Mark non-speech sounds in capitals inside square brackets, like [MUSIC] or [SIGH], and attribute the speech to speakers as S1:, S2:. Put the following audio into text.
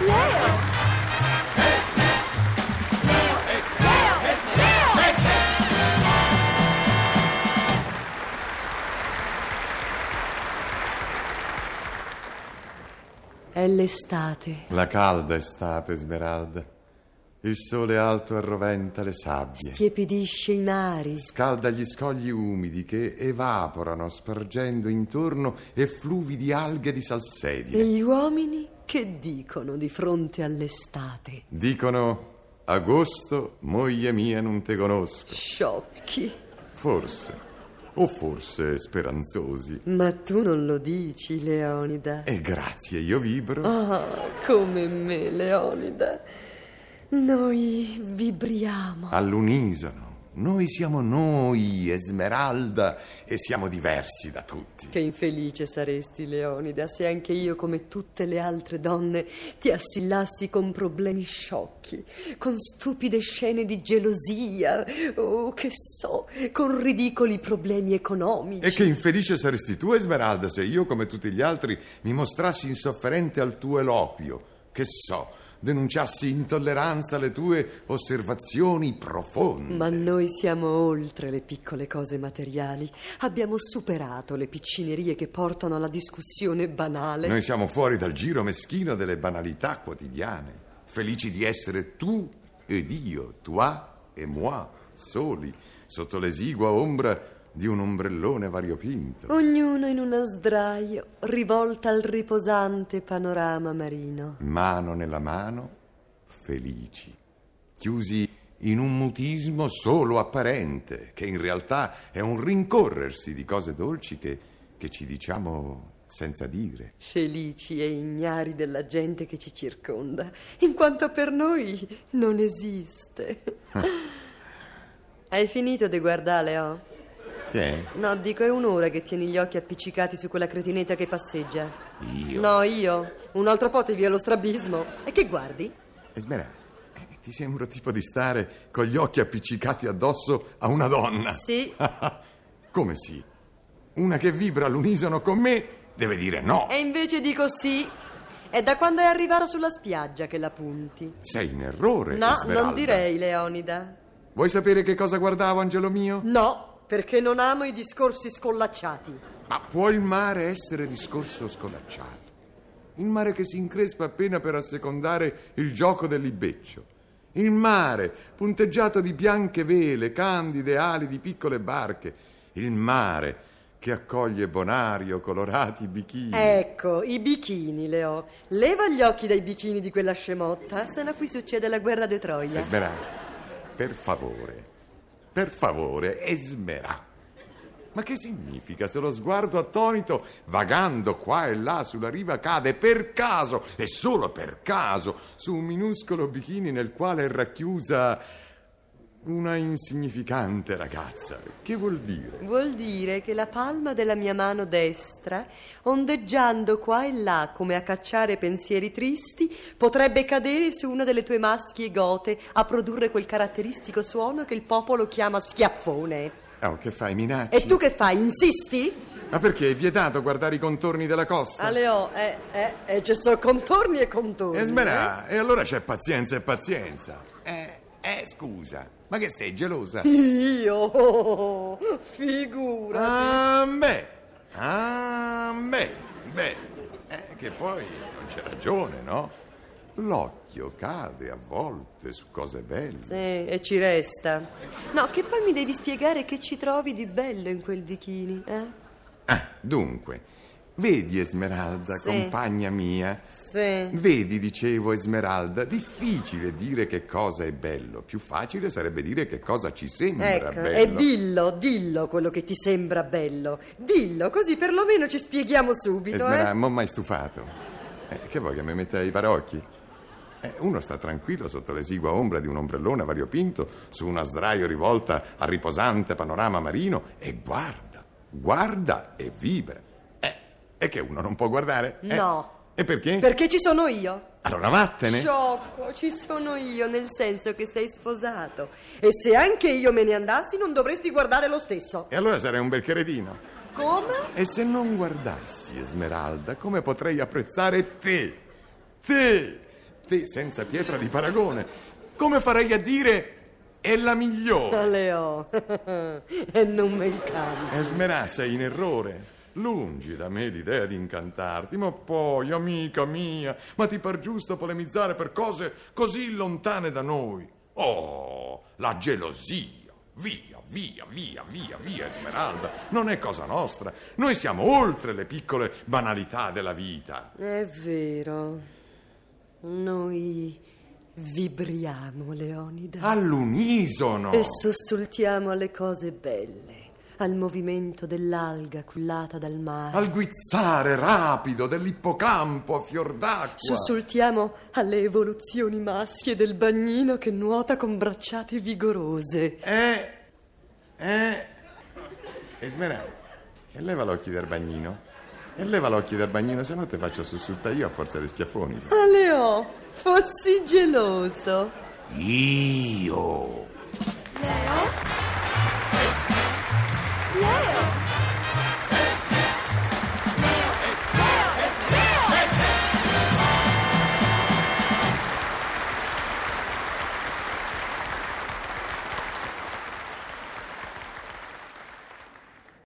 S1: Leo? Leo? Leo?
S2: È l'estate.
S3: La calda estate, Smeralda. Il sole alto arroventa le sabbie.
S2: Tiepidisce i mari.
S3: Scalda gli scogli umidi che evaporano spargendo intorno effluvi di alghe di
S2: E
S3: salsedie.
S2: gli uomini che dicono di fronte all'estate?
S3: Dicono agosto, moglie mia, non te conosco.
S2: Sciocchi.
S3: Forse, o forse speranzosi.
S2: Ma tu non lo dici, Leonida.
S3: E grazie, io vibro.
S2: Ah, come me, Leonida. Noi vibriamo.
S3: All'unisono. Noi siamo noi, Esmeralda, e siamo diversi da tutti.
S2: Che infelice saresti, Leonida, se anche io, come tutte le altre donne, ti assillassi con problemi sciocchi, con stupide scene di gelosia, o che so, con ridicoli problemi economici.
S3: E che infelice saresti tu, Esmeralda, se io, come tutti gli altri, mi mostrassi insofferente al tuo eloquio, che so, denunciassi intolleranza alle tue osservazioni profonde.
S2: Ma noi siamo oltre le piccole cose materiali. Abbiamo superato le piccinerie che portano alla discussione banale.
S3: Noi siamo fuori dal giro meschino delle banalità quotidiane, felici di essere tu ed io, toi e moi, soli, sotto l'esigua ombra di un ombrellone variopinto.
S2: Ognuno in una sdraio, rivolta al riposante panorama marino.
S3: mano nella mano, felici, chiusi in un mutismo solo apparente, che in realtà è un rincorrersi di cose dolci che, che ci diciamo senza dire.
S2: Felici e ignari della gente che ci circonda, in quanto per noi non esiste. Hai finito di guardare, oh?
S3: Che?
S2: No, dico, è un'ora che tieni gli occhi appiccicati su quella cretinetta che passeggia.
S3: Io?
S2: No, io. Un altro po' ti via lo strabismo. E che guardi?
S3: Esmeralda, eh, ti sembra tipo di stare con gli occhi appiccicati addosso a una donna?
S2: Sì.
S3: Come sì? Una che vibra all'unisono con me deve dire no.
S2: E invece dico sì. È da quando è arrivata sulla spiaggia che la punti.
S3: Sei in errore,
S2: No,
S3: Esmeralda.
S2: non direi, Leonida.
S3: Vuoi sapere che cosa guardavo, angelo mio?
S2: No, perché non amo i discorsi scollacciati.
S3: Ma può il mare essere discorso scolacciato? Il mare che si increspa appena per assecondare il gioco dell'ibeccio. Il mare, punteggiato di bianche vele, candide ali di piccole barche. Il mare che accoglie bonario, colorati bichini.
S2: Ecco, i bichini, Leo. Leva gli occhi dai bichini di quella scemotta, se no qui succede la guerra di Troia.
S3: Esmeralda, per favore, per favore, Esmeralda. Ma che significa se lo sguardo attonito, vagando qua e là sulla riva, cade per caso, e solo per caso, su un minuscolo bikini nel quale è racchiusa una insignificante ragazza? Che vuol dire?
S2: Vuol dire che la palma della mia mano destra, ondeggiando qua e là come a cacciare pensieri tristi, potrebbe cadere su una delle tue maschie gote a produrre quel caratteristico suono che il popolo chiama schiaffone.
S3: Oh, che fai, minacci?
S2: E tu che fai? Insisti?
S3: Ma perché è vietato guardare i contorni della costa?
S2: Aleo, eh, eh, eh, ci sono contorni e contorni.
S3: Esmerà, e allora c'è pazienza e pazienza. Eh, eh, scusa, ma che sei gelosa?
S2: eh. Io, oh, figura.
S3: Ah, beh, ah, beh, beh, eh, che poi non c'è ragione, no? L'occhio cade a volte su cose belle.
S2: Sì, e ci resta. No, che poi mi devi spiegare che ci trovi di bello in quel bikini, eh?
S3: Ah, dunque, vedi Esmeralda,
S2: Sì.
S3: compagna mia?
S2: Sì.
S3: Vedi, dicevo Esmeralda, difficile dire che cosa è bello, più facile sarebbe dire che cosa ci sembra
S2: Ecco,
S3: bello.
S2: e dillo, dillo quello che ti sembra bello. Dillo, così perlomeno ci spieghiamo subito,
S3: Esmeralda,
S2: eh?
S3: m'ho mai stufato. Eh, che vuoi che mi metta i parocchi? Eh, uno sta tranquillo sotto l'esigua ombra di un ombrellone a variopinto su una sdraio rivolta al riposante panorama marino e guarda, guarda e vibra. Eh, è che uno non può guardare? eh?
S2: No.
S3: E perché?
S2: Perché ci sono io.
S3: Allora vattene.
S2: Sciocco, ci sono io, nel senso che sei sposato. E se anche io me ne andassi, non dovresti guardare lo stesso.
S3: E allora sarei un bel cretino.
S2: Come?
S3: E se non guardassi, Esmeralda, come potrei apprezzare te? Te! Te senza pietra di paragone. Come farei a dire è la migliore?
S2: Leo, [LAUGHS] e non me il cambio.
S3: Esmerà, sei in errore. Lungi da me l'idea di incantarti, ma poi, amica mia, ma ti par giusto polemizzare per cose così lontane da noi? Oh, la gelosia! Via, via, via, via, via, Esmeralda! Non è cosa nostra. Noi siamo oltre le piccole banalità della vita.
S2: È vero. Noi vibriamo, Leonida.
S3: Ah, All'unisono!
S2: E sussultiamo alle cose belle, al movimento dell'alga cullata dal mare.
S3: Al guizzare rapido dell'ippocampo a fior d'acqua.
S2: Sussultiamo alle evoluzioni maschie del bagnino che nuota con bracciate vigorose.
S3: Eh, eh. Esmeralda, e leva l'occhio dal bagnino. E leva l'occhio dal bagnino, se no te faccio sussultare io a forza di schiaffoni.
S2: Ah, Leo, fossi geloso.
S3: Io!
S1: Leo.